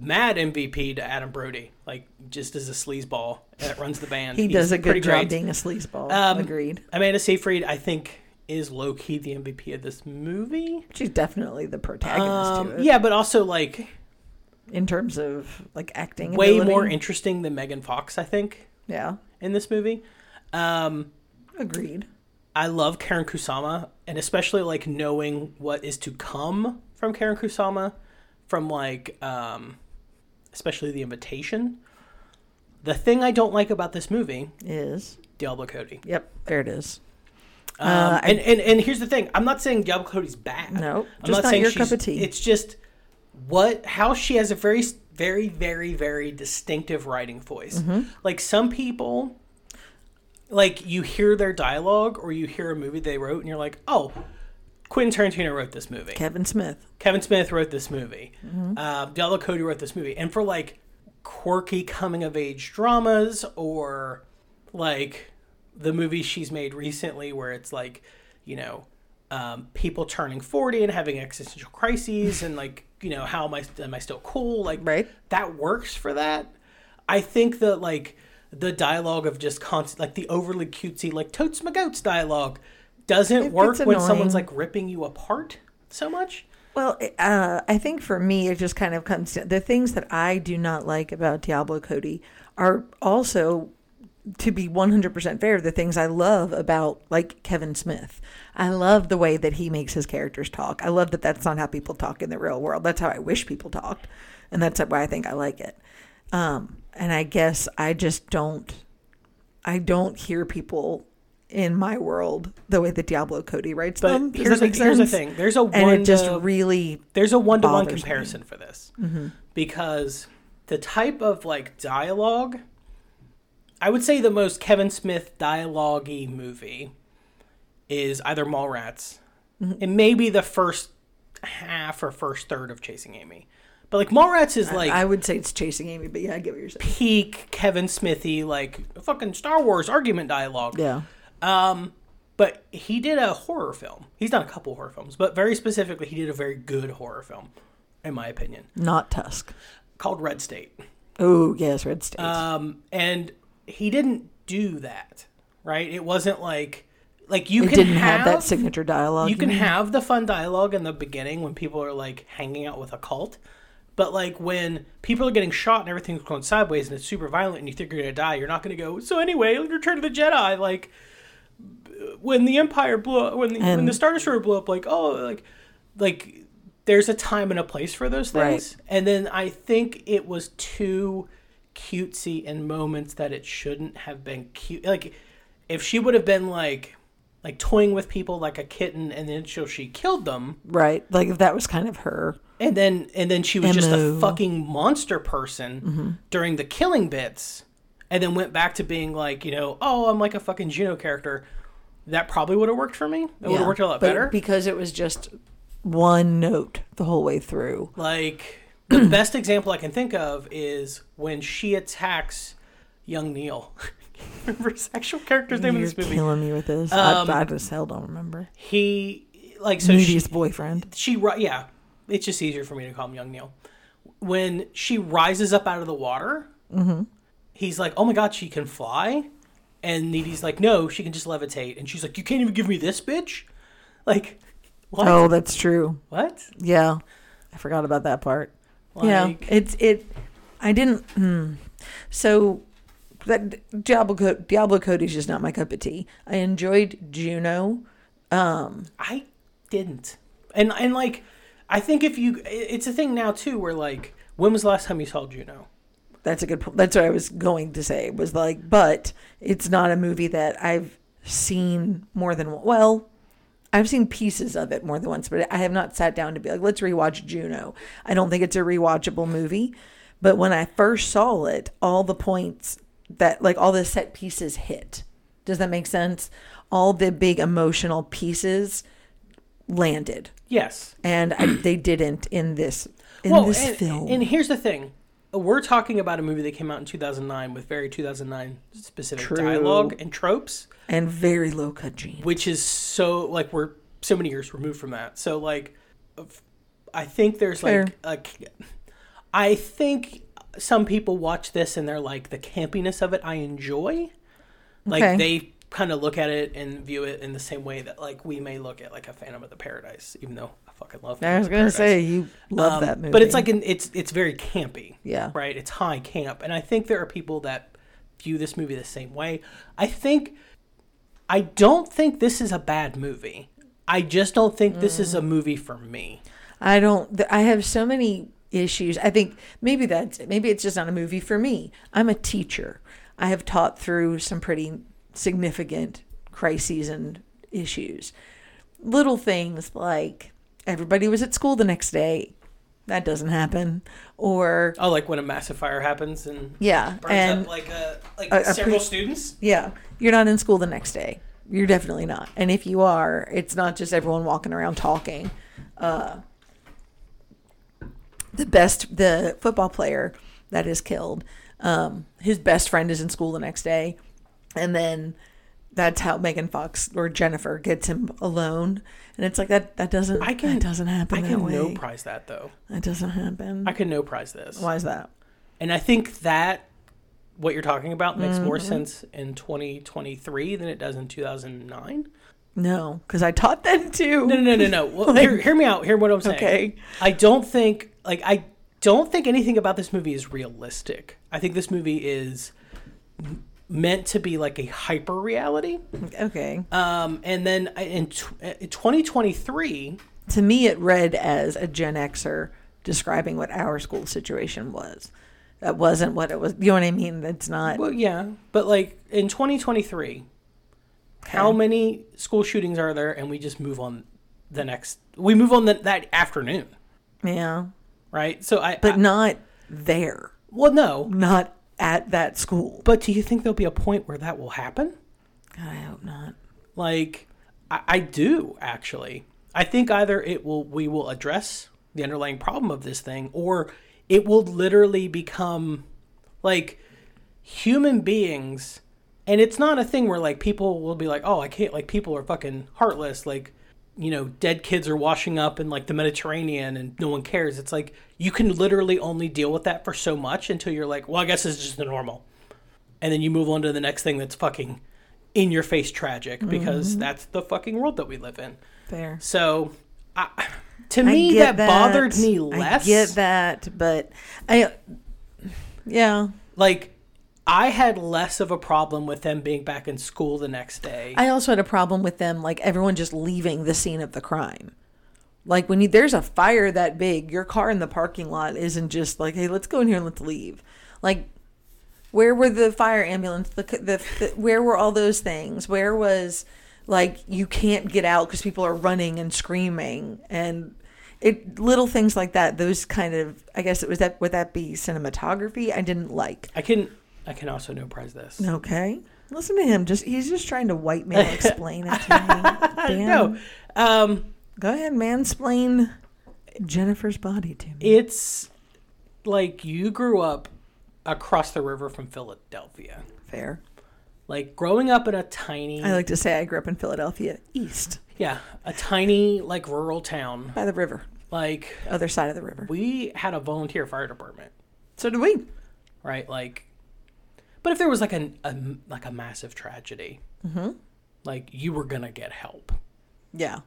Speaker 4: mad MVP to Adam Brody, like just as a sleazeball that runs the band.
Speaker 3: He
Speaker 4: He's
Speaker 3: does a
Speaker 4: pretty
Speaker 3: good job
Speaker 4: great.
Speaker 3: being a sleazeball.
Speaker 4: Um,
Speaker 3: Agreed.
Speaker 4: Amanda Seyfried, I think, is low key the MVP of this movie.
Speaker 3: She's definitely the protagonist to
Speaker 4: Um,
Speaker 3: it.
Speaker 4: yeah, but also like
Speaker 3: In terms of like acting,
Speaker 4: way
Speaker 3: ability.
Speaker 4: more interesting than Megan Fox, I think,
Speaker 3: yeah.
Speaker 4: in this movie. Um,
Speaker 3: Agreed.
Speaker 4: I love Karen Kusama, and especially like knowing what is to come from Karen Kusama, from like, um, especially the invitation. The thing I don't like about this movie,
Speaker 3: Is
Speaker 4: Diablo Cody.
Speaker 3: yep. There it is.
Speaker 4: Um,
Speaker 3: Uh, I-
Speaker 4: and, and and here's the thing: I'm not saying Diablo Cody's bad.
Speaker 3: No,
Speaker 4: I'm
Speaker 3: just not
Speaker 4: saying
Speaker 3: your
Speaker 4: she's-
Speaker 3: cup of tea.
Speaker 4: It's just what how she has a very s- very very very distinctive writing voice.
Speaker 3: Mm-hmm.
Speaker 4: Like some people, like you hear their dialogue or you hear a movie they wrote, and you're like, oh. Quentin Tarantino wrote this movie.
Speaker 3: Kevin Smith.
Speaker 4: Kevin Smith wrote this movie.
Speaker 3: Mm-hmm.
Speaker 4: Uh, Della Cody wrote this movie. And for like quirky coming of age dramas or like the movie she's made recently where it's like, you know, um, people turning 40 and having existential crises and like, you know, how am I, am I still cool? Like,
Speaker 3: Right.
Speaker 4: that works for that. I think that like the dialogue of just constant, like the overly cutesy, like totes my goats dialogue doesn't
Speaker 3: It
Speaker 4: work
Speaker 3: gets
Speaker 4: when someone's
Speaker 3: annoying.
Speaker 4: like ripping you apart so much.
Speaker 3: Well, uh, I think for me, it just kind of comes to the things that I do not like about Diablo Cody are also, to be 100% fair, the things I love about, like, Kevin Smith. I love the way that he makes his characters talk. I love that that's not how people talk in the real world. That's how I wish people talked. And that's why I think I like it. Um, and I guess I just don't, I don't hear people in my world the way that Diablo Cody writes
Speaker 4: But
Speaker 3: them. Does
Speaker 4: here's,
Speaker 3: that
Speaker 4: the,
Speaker 3: make
Speaker 4: here's the
Speaker 3: sense?
Speaker 4: thing. There's a
Speaker 3: and
Speaker 4: one
Speaker 3: it just
Speaker 4: to,
Speaker 3: really
Speaker 4: there's a one to one
Speaker 3: bothers me. Mm-hmm.
Speaker 4: comparison for this because the type of like dialogue, I would say the most Kevin Smith dialogue-y movie is either Mallrats
Speaker 3: Mm-hmm.
Speaker 4: and maybe the first half or first third of Chasing Amy, but like Mallrats is like
Speaker 3: I would say it's chasing Amy, but yeah, I get what you're saying.
Speaker 4: peak Kevin Smithy like fucking Star Wars argument dialogue.
Speaker 3: Yeah.
Speaker 4: But he did a horror film. He's done a couple horror films, but very specifically, he did a very good horror film, in my opinion,
Speaker 3: Not Tusk.
Speaker 4: called Red State.
Speaker 3: Oh, yes, Red States.
Speaker 4: Um, and he didn't do that, right? It wasn't like like you
Speaker 3: it
Speaker 4: can
Speaker 3: didn't
Speaker 4: have,
Speaker 3: have, that signature dialogue.
Speaker 4: You can
Speaker 3: mean?
Speaker 4: have the fun dialogue in the beginning when people are like hanging out with a cult, but like when people are getting shot and everything's going sideways and it's super violent and you think you're gonna die, you're not gonna go. So anyway, Return of the Jedi, like when the Empire blew, up, when the, when
Speaker 3: And-
Speaker 4: the Star Destroyer blew up, like oh, like like there's a time and a place for those things. And then I think it was too cutesy in moments that it shouldn't have been cute. Like if she would have been like like toying with people like a kitten and then she she killed them
Speaker 3: (laughs) right. Like that was kind of her.
Speaker 4: and then and then she was just a
Speaker 3: MO.
Speaker 4: fucking monster person
Speaker 3: Mm-hmm.
Speaker 4: during the killing bits and then went back to being like you know oh i'm like a fucking juno character that probably would have worked for me it would have
Speaker 3: Yeah.
Speaker 4: worked a lot
Speaker 3: But
Speaker 4: better
Speaker 3: because it was just one note the whole way through.
Speaker 4: like the (clears throat) best example i can think of is when she attacks young neil (laughs) remember his actual character's name in
Speaker 3: You're
Speaker 4: this movie
Speaker 3: killing me with this. I, I just hell don't remember.
Speaker 4: he like so she,
Speaker 3: Moody's boyfriend.
Speaker 4: she ri- yeah it's just easier for me to call him young neil when she rises up out of the water
Speaker 3: Mm-hmm.
Speaker 4: he's like oh my god she can fly and Needy's like no she can just levitate and she's like you can't even give me this bitch like what
Speaker 3: Oh, that's true.
Speaker 4: what
Speaker 3: Yeah, I forgot about that part. yeah,
Speaker 4: Like-
Speaker 3: it's it. I didn't. Hmm. So that Diablo Co- Diablo Cody's just not my cup of tea. I enjoyed Juno. um,
Speaker 4: i didn't and and like i think if you it- it's a thing now too where like when was the last time you saw juno
Speaker 3: That's a good. po- That's what I was going to say. Was like, but it's not a movie that I've seen more than one- well. I've seen pieces of it more than once, but I have not sat down to be like, let's rewatch Juno. I don't think it's a rewatchable movie, but when I first saw it, all the points that like all the set pieces hit. Does that make sense? All the big emotional pieces landed,
Speaker 4: Yes.
Speaker 3: and I, they didn't in this in
Speaker 4: well,
Speaker 3: this
Speaker 4: and,
Speaker 3: film.
Speaker 4: and here's the thing. We're talking about a movie that came out in 2009 with very 2009 specific
Speaker 3: True.
Speaker 4: dialogue and tropes.
Speaker 3: and very low cut jeans.
Speaker 4: which is so like we're so many years removed from that. So like, f- I think there's like a, I think some people watch this and they're like the campiness of it. I enjoy, like
Speaker 3: Okay.
Speaker 4: they kind of look at it and view it in the same way that like we may look at like a Phantom of the Paradise, even though I fucking love. Phantom
Speaker 3: I was
Speaker 4: of the
Speaker 3: gonna
Speaker 4: Paradise.
Speaker 3: say you love
Speaker 4: Um,
Speaker 3: that movie,
Speaker 4: But it's like an, it's it's very campy.
Speaker 3: Yeah.
Speaker 4: Right. It's high camp, and I think there are people that view this movie the same way. I think I don't think this is a bad movie. I just don't think this is a
Speaker 3: Mm.
Speaker 4: movie for me.
Speaker 3: I don't. th- I have so many issues. I think maybe that's it. maybe it's just not a movie for me. I'm a teacher. I have taught through some pretty significant crises and issues. Little things like everybody was at school the next day. That doesn't happen. Or
Speaker 4: Oh, like when a massive fire happens and
Speaker 3: yeah,
Speaker 4: burns
Speaker 3: and
Speaker 4: up like a, like
Speaker 3: a- a
Speaker 4: several
Speaker 3: pre-
Speaker 4: students.
Speaker 3: yeah, you're not in school the next day. You're definitely not. And if you are, it's not just everyone walking around talking. Uh, the best, the football player that is killed, um, his best friend is in school the next day. And then that's how Megan Fox or Jennifer gets him alone. And it's like that, that doesn't,
Speaker 4: I can-
Speaker 3: that doesn't happen
Speaker 4: I
Speaker 3: that
Speaker 4: can
Speaker 3: way.
Speaker 4: no prize that though.
Speaker 3: that doesn't happen.
Speaker 4: I can no prize this.
Speaker 3: Why is that?
Speaker 4: And I think that what you're talking about makes more
Speaker 3: Mm-hmm.
Speaker 4: sense in 2023 than it does in 2009.
Speaker 3: No, because I taught them too.
Speaker 4: No, no, no,
Speaker 3: (laughs)
Speaker 4: no. Well, hear, hear me out. Hear what I'm saying.
Speaker 3: Okay.
Speaker 4: I don't think like I don't think anything about this movie is realistic. I think this movie is m- meant to be like a hyper reality.
Speaker 3: Okay.
Speaker 4: Um, and then I- in, tw- uh, in 2023,
Speaker 3: to me it read as a gen xer describing what our school situation was that wasn't what it was you know what i mean that's not
Speaker 4: well, yeah, but like in 2023, how
Speaker 3: Okay.
Speaker 4: many school shootings are there? And we just move on the next. We move on the, that afternoon,
Speaker 3: yeah
Speaker 4: right? So I.
Speaker 3: but
Speaker 4: I-
Speaker 3: not there
Speaker 4: well, no.
Speaker 3: not at that school
Speaker 4: But do you think there'll be a point where that will happen?
Speaker 3: God, i hope not
Speaker 4: Like, I, I do actually. I think either it will we will address the underlying problem of this thing, or it will literally become like human beings. And it's not a thing where like people will be like, oh, I can't. Like people are fucking heartless. Like you know, dead kids are washing up in like the Mediterranean, and no one cares. It's like you can literally only deal with that for so much until you're like, well, I guess it's just the normal and then you move on to the next thing that's fucking in your face tragic because
Speaker 3: Mm-hmm.
Speaker 4: that's the fucking world that we live in.
Speaker 3: there
Speaker 4: So, I, to
Speaker 3: I
Speaker 4: me,
Speaker 3: get
Speaker 4: that, bothered me
Speaker 3: i
Speaker 4: less.
Speaker 3: get that but i yeah
Speaker 4: Like, I had less of a problem with them being back in school the next day.
Speaker 3: I also had a problem with them, like everyone just leaving the scene of the crime. Like when you, there's a fire that big, your car in the parking lot isn't just like, hey, let's go in here and let's leave. Like, where were the fire ambulance? The, c- the, the where were all those things? Where was like you can't get out because people are running and screaming and it little things like that. Those kind of, I guess it was that would that be cinematography? I didn't like.
Speaker 4: I can, I can also no prize this.
Speaker 3: Okay. Listen to him. Just he's just trying to white man explain it (laughs) to me. Damn.
Speaker 4: No, um,
Speaker 3: Go ahead, mansplain Jennifer's body to me.
Speaker 4: it's like you grew up across the river from Philadelphia.
Speaker 3: Fair.
Speaker 4: Like growing up in a tiny,
Speaker 3: I like to say I grew up in Philadelphia East
Speaker 4: yeah, a tiny like rural town.
Speaker 3: by the river,
Speaker 4: Like
Speaker 3: other side of the river.
Speaker 4: we had a volunteer fire department,
Speaker 3: So did we.
Speaker 4: right? Like, but if there was like an, a like a massive tragedy, like you were gonna get help,
Speaker 3: Yeah.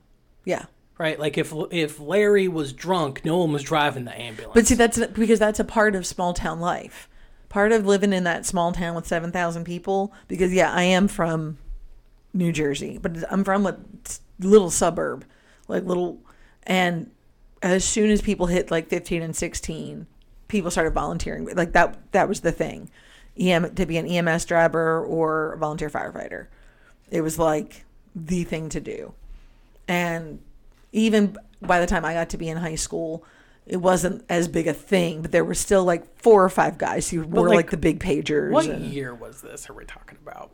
Speaker 3: Yeah.
Speaker 4: right? Like if if Larry was drunk, no one was driving the ambulance.
Speaker 3: But see, that's because that's a part of small town life. Part of living in that small town with 7,000 people, because, yeah, I am from New Jersey, but I'm from a little suburb, like little. And as soon as people hit like 15 and 16, people started volunteering. Like that, that was the thing EM, to be an EMS driver or a volunteer firefighter. It was like the thing to do. And even by the time I got to be in high school, it wasn't as big a thing, but there were still like four or five guys who were like,
Speaker 4: like,
Speaker 3: the big pagers.
Speaker 4: What
Speaker 3: and
Speaker 4: year was this? Are we talking about?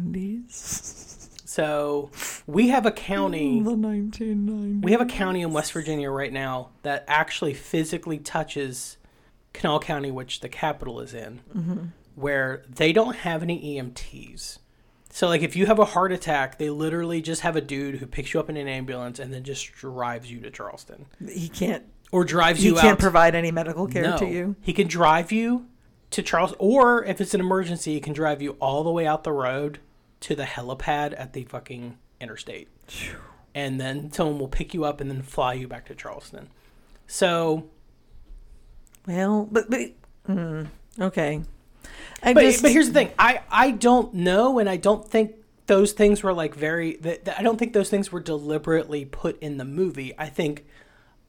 Speaker 3: 1990s.
Speaker 4: So we have a county.
Speaker 3: The 1990s.
Speaker 4: We have a county in West Virginia right now that actually physically touches Kanawha County, which the capital is in, where they don't have any EMTs. So, like, if you have a heart attack, they literally just have a dude who picks you up in an ambulance and then just drives you to Charleston
Speaker 3: He can't.
Speaker 4: or drives
Speaker 3: He
Speaker 4: you out.
Speaker 3: can't provide any medical care
Speaker 4: No.
Speaker 3: to you.
Speaker 4: He can drive you to Charles, or if it's an emergency, he can drive you all the way out the road to the helipad at the fucking interstate. And then someone will pick you up and then fly you back to Charleston. So,
Speaker 3: Well, but but mm, okay. I
Speaker 4: but,
Speaker 3: just
Speaker 4: but here's the thing I, I don't know, and I don't think those things were like very, th- th- I don't think those things were deliberately put in the movie. I think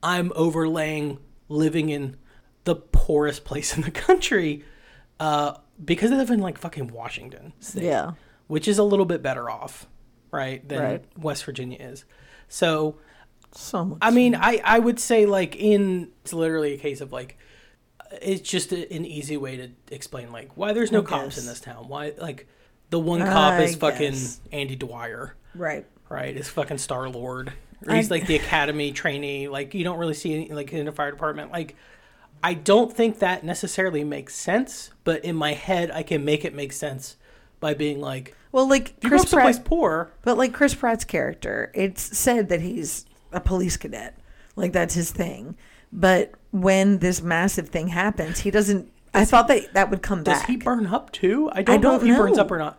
Speaker 4: I'm overlaying living in the poorest place in the country uh, because I live in like fucking Washington state,
Speaker 3: yeah.
Speaker 4: which is a little bit better off, right, than
Speaker 3: Right.
Speaker 4: West Virginia is. So,
Speaker 3: So much.
Speaker 4: I mean, I, I would say like in it's literally a case of like uh, it's just a, an easy way to explain like why there's no
Speaker 3: I
Speaker 4: cops in
Speaker 3: guess.
Speaker 4: this town. Why like the one cop
Speaker 3: I
Speaker 4: is fucking
Speaker 3: guess.
Speaker 4: Andy Dwyer,
Speaker 3: right.
Speaker 4: right? Is fucking Star Lord. Or
Speaker 3: I-
Speaker 4: he's like the academy trainee. Like you don't really see any, like in the fire department. Like I don't think that necessarily makes sense, but in my head I can make it make sense by being like
Speaker 3: Well, like
Speaker 4: you grew
Speaker 3: Chris
Speaker 4: up someplace
Speaker 3: Pratt,
Speaker 4: poor.
Speaker 3: but like Chris Pratt's character, it's said that he's a police cadet. Like that's his thing. But when this massive thing happens, he doesn't. I thought that that would come
Speaker 4: Does
Speaker 3: back.
Speaker 4: he burn up too? I don't, know
Speaker 3: don't
Speaker 4: if he burns
Speaker 3: know.
Speaker 4: up or not.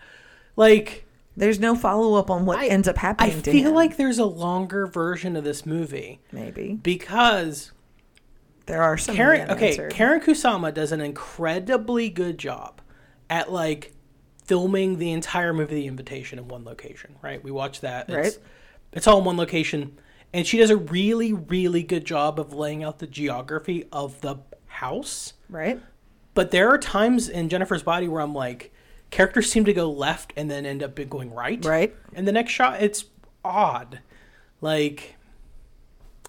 Speaker 4: Like
Speaker 3: There's no follow up on what
Speaker 4: I-
Speaker 3: ends up
Speaker 4: I
Speaker 3: happening. to
Speaker 4: feel
Speaker 3: him.
Speaker 4: like there's a longer version of this movie
Speaker 3: maybe
Speaker 4: because
Speaker 3: there are some.
Speaker 4: Karen,
Speaker 3: yet
Speaker 4: okay,
Speaker 3: answered.
Speaker 4: Karen Kusama does an incredibly good job at like filming the entire movie The Invitation in one location, right? We watch that. It's,
Speaker 3: Right.
Speaker 4: it's all in one location. And she does a really, really good job of laying out the geography of the house.
Speaker 3: right?
Speaker 4: But there are times in Jennifer's body where I'm like, characters seem to go left and then end up going right.
Speaker 3: Right.
Speaker 4: And the next shot, it's odd. Like,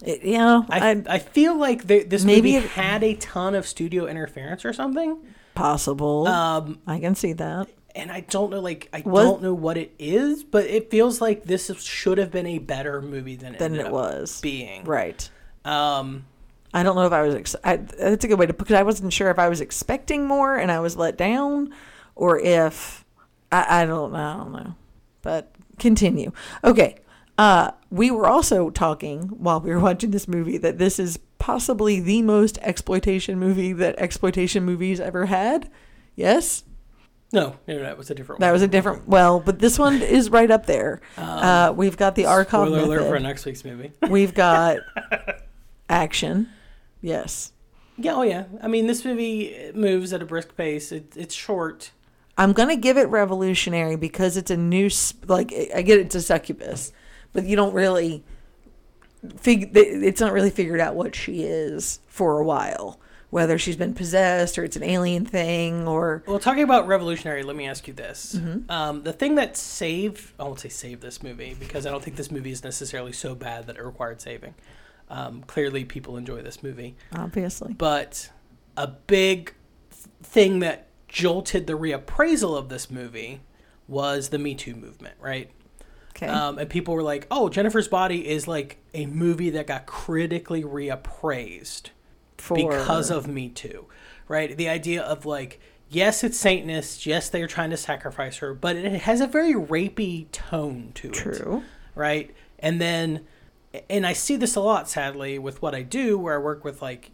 Speaker 3: It, yeah,
Speaker 4: I, I,
Speaker 3: I,
Speaker 4: feel like th this
Speaker 3: Maybe
Speaker 4: movie
Speaker 3: it-
Speaker 4: had a ton of studio interference or something,
Speaker 3: possible. Um, I can see that.
Speaker 4: and I don't know. Like I
Speaker 3: Was-
Speaker 4: don't know what it is, but it feels like this is- should have been a better movie than it,
Speaker 3: Than
Speaker 4: ended
Speaker 3: it
Speaker 4: up
Speaker 3: was.
Speaker 4: being.
Speaker 3: Right.
Speaker 4: Um,
Speaker 3: I don't know if I was. Ex- I, that's a good way to because I wasn't sure if I was expecting more and I was let down, or if I, I don't. I don't know. But continue. Okay. Uh, we were also talking while we were watching this movie that this is possibly the most exploitation movie that exploitation movies ever had. Yes.
Speaker 4: no, no, that was a different
Speaker 3: That
Speaker 4: one.
Speaker 3: was a different well, but this one is right up there. uh, we've got the
Speaker 4: Um,
Speaker 3: Arcov
Speaker 4: Spoiler alert for
Speaker 3: method.
Speaker 4: next week's movie. (laughs)
Speaker 3: We've got action. Yes,
Speaker 4: yeah, oh yeah. I mean, this movie moves at a brisk pace. It, it's short.
Speaker 3: I'm gonna give it revolutionary because it's a new sp- like I I get it's a succubus, but you don't really fig. th- It's not really figured out what she is for a while, whether she's been possessed or it's an alien thing or
Speaker 4: Well, talking about revolutionary, let me ask you this: um, the thing that saved, I won't say save this movie because I don't think this movie is necessarily so bad that it required saving. Um, clearly, people enjoy this movie,
Speaker 3: obviously
Speaker 4: but a big th- thing that jolted the reappraisal of this movie was the Me Too movement, right?
Speaker 3: okay
Speaker 4: Um, and people were like, "Oh, Jennifer's Body is like a movie that got critically reappraised."
Speaker 3: for
Speaker 4: because of Me Too, right? The idea of like, yes, it's Satanist, yes, they're trying to sacrifice her, but it has a very rapey tone to it.
Speaker 3: true
Speaker 4: Right? And then, and I see this a lot, sadly, with what I do, where I work with like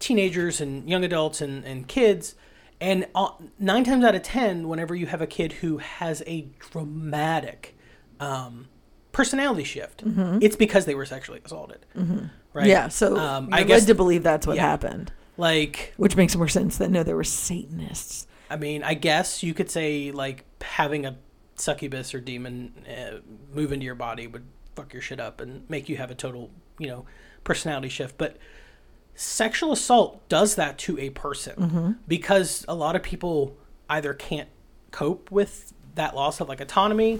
Speaker 4: teenagers and young adults and, and kids. And uh, nine times out of ten, whenever you have a kid who has a dramatic um, personality shift, it's because they were sexually assaulted. Right?
Speaker 3: Mm-hmm. yeah. So
Speaker 4: um,
Speaker 3: you're
Speaker 4: I guess
Speaker 3: led to believe that's what
Speaker 4: yeah.
Speaker 3: happened.
Speaker 4: like
Speaker 3: Which makes more sense than no, there were Satanists.
Speaker 4: I mean, I guess you could say like having a succubus or demon uh, move into your body would fuck your shit up and make you have a total, you know, personality shift. But sexual assault does that to a person because a lot of people either can't cope with that loss of like autonomy,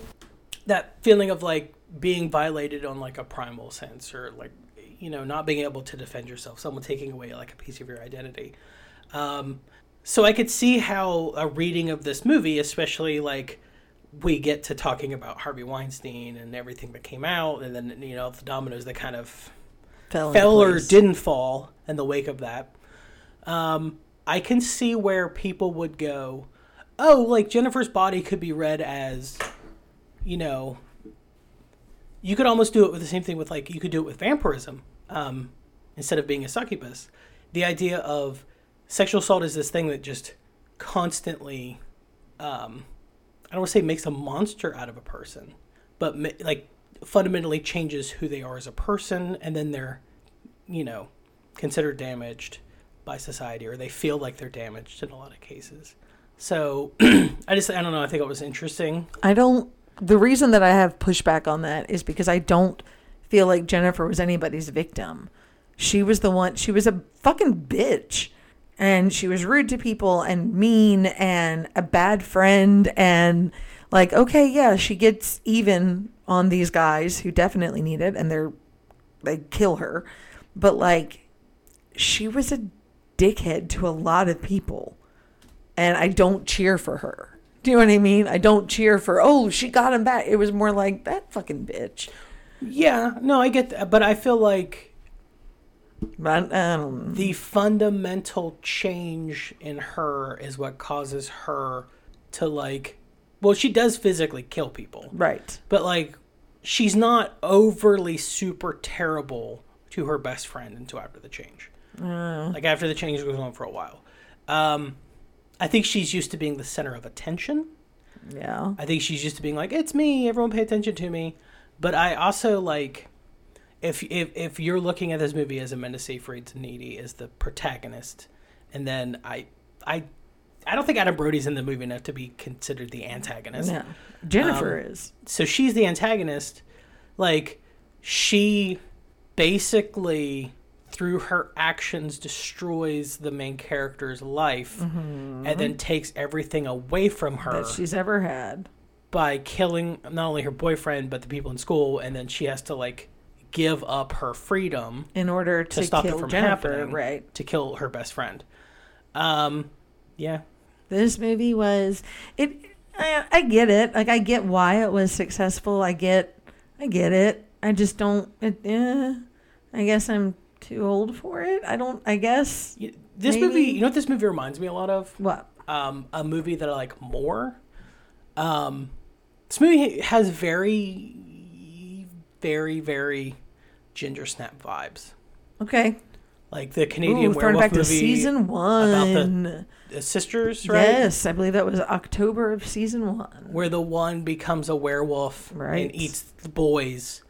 Speaker 4: that feeling of like being violated on like a primal sense or like you know, not being able to defend yourself, someone taking away like a piece of your identity. Um, so I could see how a reading of this movie, especially like we get to talking about Harvey Weinstein and everything that came out, and then you know the dominoes that kind of
Speaker 3: Fell, into
Speaker 4: fell or
Speaker 3: place.
Speaker 4: didn't fall in the wake of that, um, I can see where people would go, oh, like Jennifer's body could be read as, you know, you could almost do it with the same thing with like you could do it with vampirism um, instead of being a succubus. The idea of sexual assault is this thing that just constantly, um, I don't want to say makes a monster out of a person, but ma- like fundamentally changes who they are as a person and then they're you know, considered damaged by society, or they feel like they're damaged in a lot of cases. So (clears throat) I just I don't know. I think it was interesting.
Speaker 3: I don't. The reason that I have pushback on that is because I don't feel like Jennifer was anybody's victim. She was the one. She was a fucking bitch, and she was rude to people and mean and a bad friend and like okay, yeah, she gets even on these guys who definitely need it and they're they kill her, but like she was a dickhead to a lot of people and I don't cheer for her. Do you know what I mean? I don't cheer for oh she got him back. It was more like that fucking bitch.
Speaker 4: Yeah, no, I get that, but I feel like
Speaker 3: But um,
Speaker 4: the fundamental change in her is what causes her to like. Well, she does physically kill people,
Speaker 3: right,
Speaker 4: but like she's not overly super terrible to her best friend until after the change. Like after the change goes on for a while. Um, I think she's used to being the center of attention.
Speaker 3: yeah,
Speaker 4: I think she's used to being like, "It's me, everyone pay attention to me." But I also like if if if you're looking at this movie as Amanda Seyfried's needy as the protagonist, and then I I I don't think Adam Brody's in the movie enough to be considered the antagonist
Speaker 3: yeah.
Speaker 4: Um,
Speaker 3: Jennifer is
Speaker 4: so she's the antagonist like she basically through her actions destroys the main character's life and then takes everything away from her
Speaker 3: Mm-hmm. that she's ever had.
Speaker 4: by killing not only her boyfriend but the people in school and then she has to like give up her freedom
Speaker 3: In order
Speaker 4: to,
Speaker 3: to,
Speaker 4: stop it
Speaker 3: kill
Speaker 4: from
Speaker 3: Jennifer,
Speaker 4: happening
Speaker 3: right?
Speaker 4: to kill her best friend um yeah
Speaker 3: This movie was it. I, I get it. Like I get why it was successful. I get, I get it. I just don't. It, eh, I guess I'm too old for it. I don't. I guess
Speaker 4: Y- this
Speaker 3: Maybe-
Speaker 4: movie you know what this movie reminds me a lot of
Speaker 3: what?
Speaker 4: um, a movie that I like more. Um, this movie has very, very, very ginger snap vibes,
Speaker 3: Okay.
Speaker 4: like the Canadian
Speaker 3: Ooh, throwing
Speaker 4: werewolf
Speaker 3: back
Speaker 4: movie
Speaker 3: to season one.
Speaker 4: about the- the sisters, right?
Speaker 3: Yes, I believe that was October of season one.
Speaker 4: Where the one becomes a werewolf
Speaker 3: Right.
Speaker 4: and eats the boys,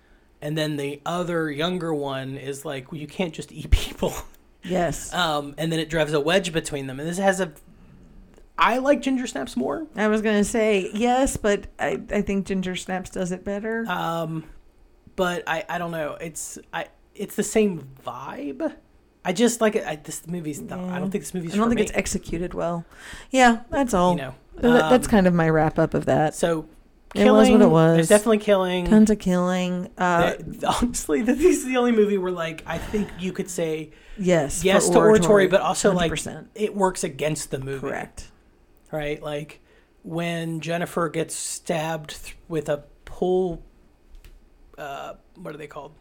Speaker 4: and then the other younger one is like, well, you can't just eat (laughs) people.
Speaker 3: Yes,
Speaker 4: Um, and then it drives a wedge between them, and this has a. I like ginger snaps more.
Speaker 3: I was gonna say yes, but I, I think Ginger Snaps does it better.
Speaker 4: um but i i don't know it's i it's the same vibe i just like I, this movie's not, i don't think this movie's
Speaker 3: Mm. I don't
Speaker 4: for
Speaker 3: think
Speaker 4: me,
Speaker 3: it's executed well. Yeah, that's all.
Speaker 4: you know
Speaker 3: Th- that's
Speaker 4: Um,
Speaker 3: kind of my wrap up of that.
Speaker 4: so
Speaker 3: It was
Speaker 4: killing,
Speaker 3: what it was.
Speaker 4: there's definitely killing
Speaker 3: Tons of killing. Uh,
Speaker 4: That- honestly (laughs) that this is the only movie where like i think you could say
Speaker 3: yes, for
Speaker 4: yes to oratory but also like
Speaker 3: 100%.
Speaker 4: it works against the movie
Speaker 3: correct.
Speaker 4: right like when jennifer gets stabbed th- with a pull uh what are they called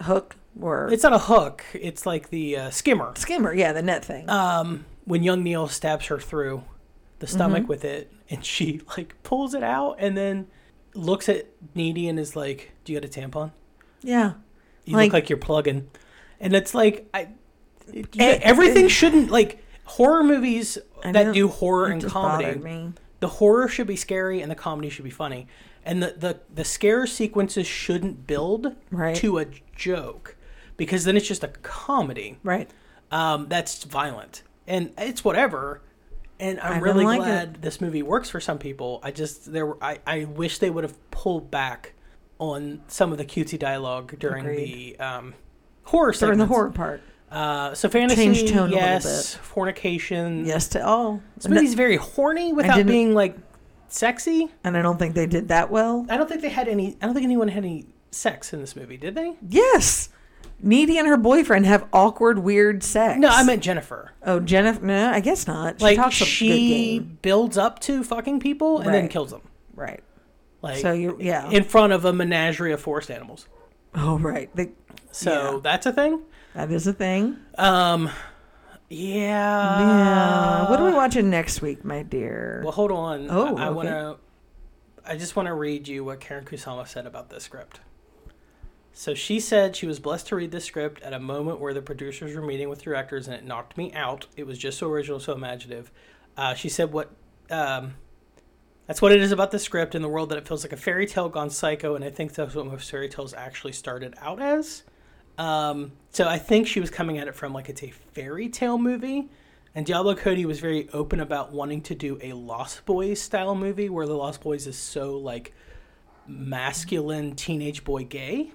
Speaker 3: Hook or
Speaker 4: it's not a hook it's like the uh, skimmer
Speaker 3: skimmer. Yeah, the net thing.
Speaker 4: um, when young Neil stabs her through the
Speaker 3: Mm-hmm.
Speaker 4: stomach with it, and she like pulls it out, and then looks at Needy and is like, "Do you got a tampon?
Speaker 3: yeah,
Speaker 4: You
Speaker 3: Like-
Speaker 4: look like you're plugging." And it's like, I you-
Speaker 3: Eh,
Speaker 4: e, everything
Speaker 3: eh.
Speaker 4: shouldn't like horror movies
Speaker 3: I
Speaker 4: that
Speaker 3: don't-
Speaker 4: do horror and
Speaker 3: just
Speaker 4: comedy.
Speaker 3: bothered me.
Speaker 4: The horror should be scary and the comedy should be funny, and the the the scare sequences shouldn't build
Speaker 3: Right.
Speaker 4: to a joke because then it's just a comedy
Speaker 3: Right.
Speaker 4: um, that's violent and it's whatever and
Speaker 3: I
Speaker 4: i'm
Speaker 3: don't
Speaker 4: really
Speaker 3: like
Speaker 4: glad this movie works for some people i just there were i, I wish they would have pulled back on some of the cutesy dialogue during
Speaker 3: Agreed.
Speaker 4: the um, horror
Speaker 3: During the
Speaker 4: segments.
Speaker 3: horror part.
Speaker 4: uh, so fantasy
Speaker 3: Changed tone a little
Speaker 4: yes fornication
Speaker 3: Yes to all.
Speaker 4: this movie's very horny without
Speaker 3: didn't-
Speaker 4: being like sexy
Speaker 3: and I don't think they did that well.
Speaker 4: i don't think they had any i don't think anyone had any sex in this movie did they
Speaker 3: Yes. Needy and her boyfriend have awkward, weird sex.
Speaker 4: No, I meant Jennifer.
Speaker 3: Oh, Jennifer. No, I guess not. She
Speaker 4: Like
Speaker 3: talks a good
Speaker 4: she
Speaker 3: game.
Speaker 4: builds up to fucking people and then
Speaker 3: Right.
Speaker 4: kills them.
Speaker 3: Right.
Speaker 4: Like
Speaker 3: So you- yeah.
Speaker 4: in front of a menagerie of forest animals.
Speaker 3: Oh, right. The,
Speaker 4: So
Speaker 3: Yeah.
Speaker 4: that's a thing.
Speaker 3: that is a thing.
Speaker 4: Um, yeah.
Speaker 3: yeah. What are we watching next week, my dear?
Speaker 4: Uh, Well, hold on.
Speaker 3: Oh,
Speaker 4: I, I
Speaker 3: okay.
Speaker 4: want to. I just want to read you what Karen Kusama said about this script. So she said she was blessed to read this script at a moment where the producers were meeting with directors, and it knocked me out. It was just so original, so imaginative. Uh, she said, "What? Um, that's what it is about the script in the world that it feels like a fairy tale gone psycho, and I think that's what most fairy tales actually started out as." Um, so I think she was coming at it from like it's a fairy tale movie, and Diablo Cody was very open about wanting to do a Lost Boys style movie where the Lost Boys is so like masculine teenage boy gay,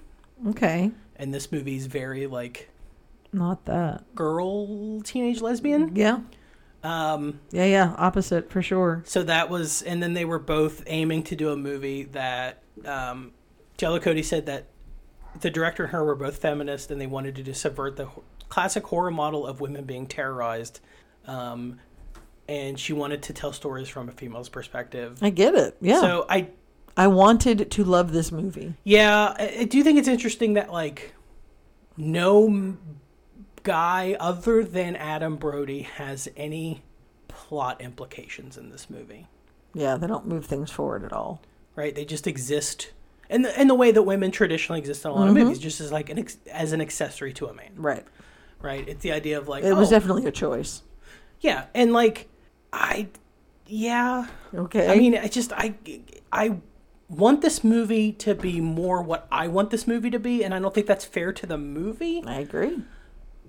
Speaker 3: okay.
Speaker 4: and this movie is very like
Speaker 3: Not that.
Speaker 4: girl teenage lesbian.
Speaker 3: Yeah.
Speaker 4: Um,
Speaker 3: Yeah, yeah. Opposite for sure.
Speaker 4: so that was, and then they were both aiming to do a movie that um, Jello Cody said that the director and her were both feminist, and they wanted to just subvert the ho- classic horror model of women being terrorized. Um, and she wanted to tell stories from a female's perspective.
Speaker 3: I get it. Yeah.
Speaker 4: So I,
Speaker 3: I wanted to love this movie.
Speaker 4: yeah, I, I do think it's interesting that like no m- guy other than Adam Brody has any plot implications in this movie.
Speaker 3: Yeah, they don't move things forward at all.
Speaker 4: right? They just exist, and the, and the way that women traditionally exist in a lot
Speaker 3: Mm-hmm.
Speaker 4: of movies, just as like an ex- as an accessory to a man,
Speaker 3: Right.
Speaker 4: right? It's the idea of like,
Speaker 3: It was
Speaker 4: oh,
Speaker 3: definitely a choice.
Speaker 4: yeah, and like, I, yeah,
Speaker 3: Okay.
Speaker 4: I mean, I just I I want this movie to be more what I want this movie to be, and I don't think that's fair to the movie.
Speaker 3: I agree. I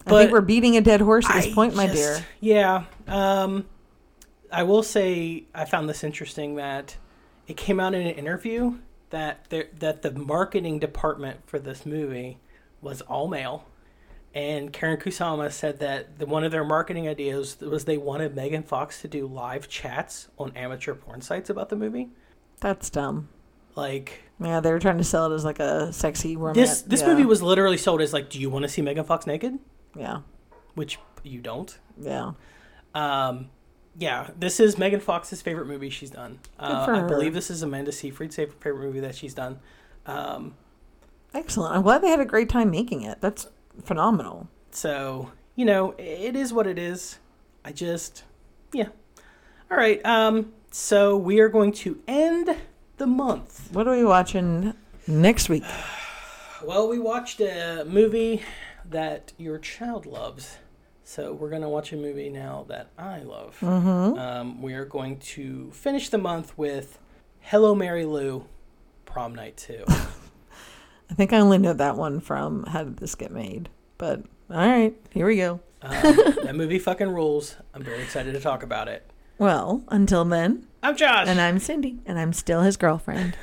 Speaker 4: But
Speaker 3: think we're beating a dead horse at this
Speaker 4: I
Speaker 3: point, my
Speaker 4: just-
Speaker 3: dear.
Speaker 4: Yeah. Um, I will say I found this interesting that it came out in an interview that there, that the marketing department for this movie was all male, and Karen Kusama said that the, one of their marketing ideas was they wanted Megan Fox to do live chats on amateur porn sites about the movie.
Speaker 3: That's dumb.
Speaker 4: Like
Speaker 3: Yeah, they were trying to sell it as like a sexy romance.
Speaker 4: this, this
Speaker 3: yeah.
Speaker 4: movie was literally sold as like, do you want to see Megan Fox naked?
Speaker 3: Yeah,
Speaker 4: Which you don't.
Speaker 3: yeah.
Speaker 4: Um, yeah, this is Megan Fox's favorite movie she's done. Uh,
Speaker 3: for
Speaker 4: I
Speaker 3: her.
Speaker 4: believe this is Amanda Seyfried's favorite, favorite movie that she's done. Um,
Speaker 3: Excellent. I'm glad they had a great time making it. That's phenomenal.
Speaker 4: so you know, i- it is what it is. I just, yeah. All right. Um, so we are going to end the month.
Speaker 3: What are we watching next week?
Speaker 4: Well, we watched a movie that your child loves. So we're going to watch a movie now that I love. Um, we are going to finish the month with Hello Mary Lou Prom Night 2.
Speaker 3: I think I only know that one from How Did This Get Made? But all right, here we go.
Speaker 4: um, that movie fucking rules. I'm very excited to talk about it.
Speaker 3: Well, until then,
Speaker 4: I'm Josh.
Speaker 3: and I'm Cindy, and I'm still his girlfriend.